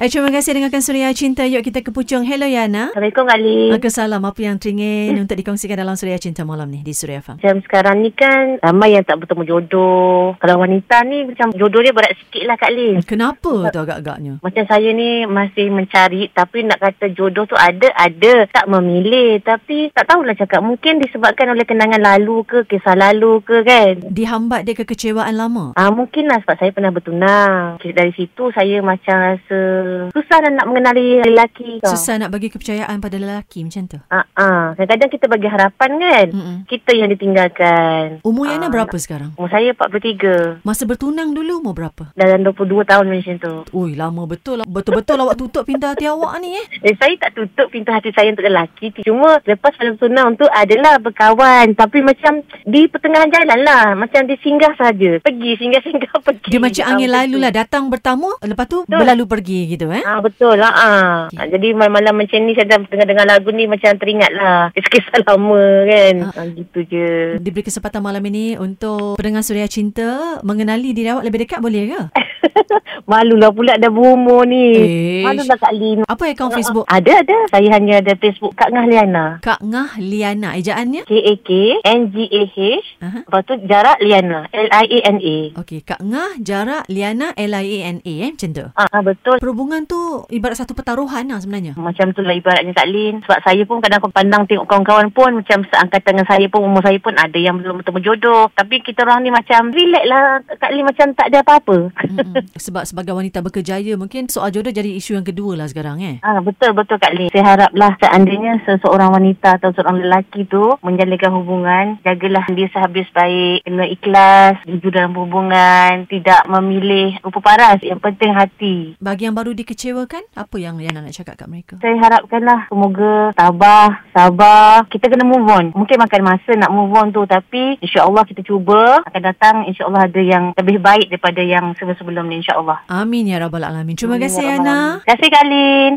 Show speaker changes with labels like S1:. S1: Eh, terima kasih dengarkan Suria Cinta. Yuk kita ke Puchong. Hello Yana.
S2: Assalamualaikum Ali.
S1: Waalaikumsalam. Apa yang teringin untuk dikongsikan dalam Suria Cinta malam ni di Suria Farm?
S2: Macam sekarang ni kan ramai yang tak bertemu jodoh. Kalau wanita ni macam jodoh dia berat sikit lah Kak Lee.
S1: Kenapa tu agak-agaknya?
S2: Macam saya ni masih mencari tapi nak kata jodoh tu ada, ada. Tak memilih tapi tak tahulah cakap. Mungkin disebabkan oleh kenangan lalu ke, kisah lalu ke kan.
S1: Dihambat dia kekecewaan lama?
S2: Ah mungkin lah sebab saya pernah bertunang. Dari situ saya macam rasa susah dah nak mengenali lelaki. tau.
S1: Susah nak bagi kepercayaan pada lelaki macam tu?
S2: Ah, ah. Kadang-kadang kita bagi harapan kan.
S1: Mm-mm.
S2: Kita yang ditinggalkan.
S1: Umur Yana
S2: Ah,
S1: berapa sekarang?
S2: Umur saya 43.
S1: Masa bertunang dulu umur berapa?
S2: Dalam 22 tahun macam tu.
S1: Ui, lama betul lah. Betul-betul awak tutup pintu hati awak ni eh.
S2: Eh, saya tak tutup pintu hati saya untuk lelaki. Cuma lepas malam sunam tu adalah berkawan. Tapi macam di pertengahan jalan lah. Macam disinggah saja. Pergi, singgah-singgah pergi.
S1: Dia macam angin
S2: Ah,
S1: lalu
S2: begitu.
S1: lah. Datang bertamu, lepas tu
S2: Betul.
S1: berlalu pergi gitu eh.
S2: Ah betul lah. Ah. Ah, Jadi malam-malam macam ni saya dah dengar-dengar lagu ni macam teringat lah. Kisah-kisah lama kan. Ah. gitu je.
S1: Diberi kesempatan malam ini untuk pendengar Suria Cinta mengenali diri awak lebih dekat boleh ke?
S2: Malulah pula dah berumur ni.
S1: Eh,
S2: Malulah Kak Lin.
S1: apa akaun Facebook?
S2: Ada, ada. Saya hanya ada Facebook Kak Ngah Liana.
S1: Kak Ngah Liana. Ejaannya?
S2: K-A-K, N-G-A-H,
S1: Aha.
S2: lepas tu jarak Liana, L-I-A-N-A.
S1: Okey, Kak Ngah, jarak, Liana, L-I-A-N-A eh, macam tu.
S2: Ah, ah, betul.
S1: Perhubungan tu ibarat satu pertaruhan lah sebenarnya.
S2: Macam tu lah ibaratnya Kak Lin. Sebab saya pun kadang kadang pandang tengok kawan-kawan pun macam seangkatan dengan saya pun, umur saya pun ada yang belum bertemu jodoh. Tapi kita orang ni macam relax lah Kak Lin macam tak ada apa-apa.
S1: Mm-mm. Sebab sebagai wanita berkejaya, mungkin soal jodoh jadi isu yang kedua lah sekarang eh.
S2: Ah betul betul Kak Lin. Saya haraplah seandainya seseorang wanita atau seorang lelaki tu menjalinkan hubungan, jagalah dia sehabis baik, kena ikhlas, jujur dalam hubungan, tidak memilih rupa paras, yang penting hati.
S1: Bagi yang baru dikecewakan, apa yang Liana nak cakap kat mereka?
S2: Saya harapkanlah semoga tabah, sabar. Kita kena move on. Mungkin makan masa nak move on tu tapi insya-Allah kita cuba akan datang insya-Allah ada yang lebih baik daripada yang sebelum-sebelum ni insya-Allah.
S1: Amin ya rabbal alamin. Terima kasih
S2: Ya
S1: Yana.
S2: Allah. Terima kasih Kak Lin.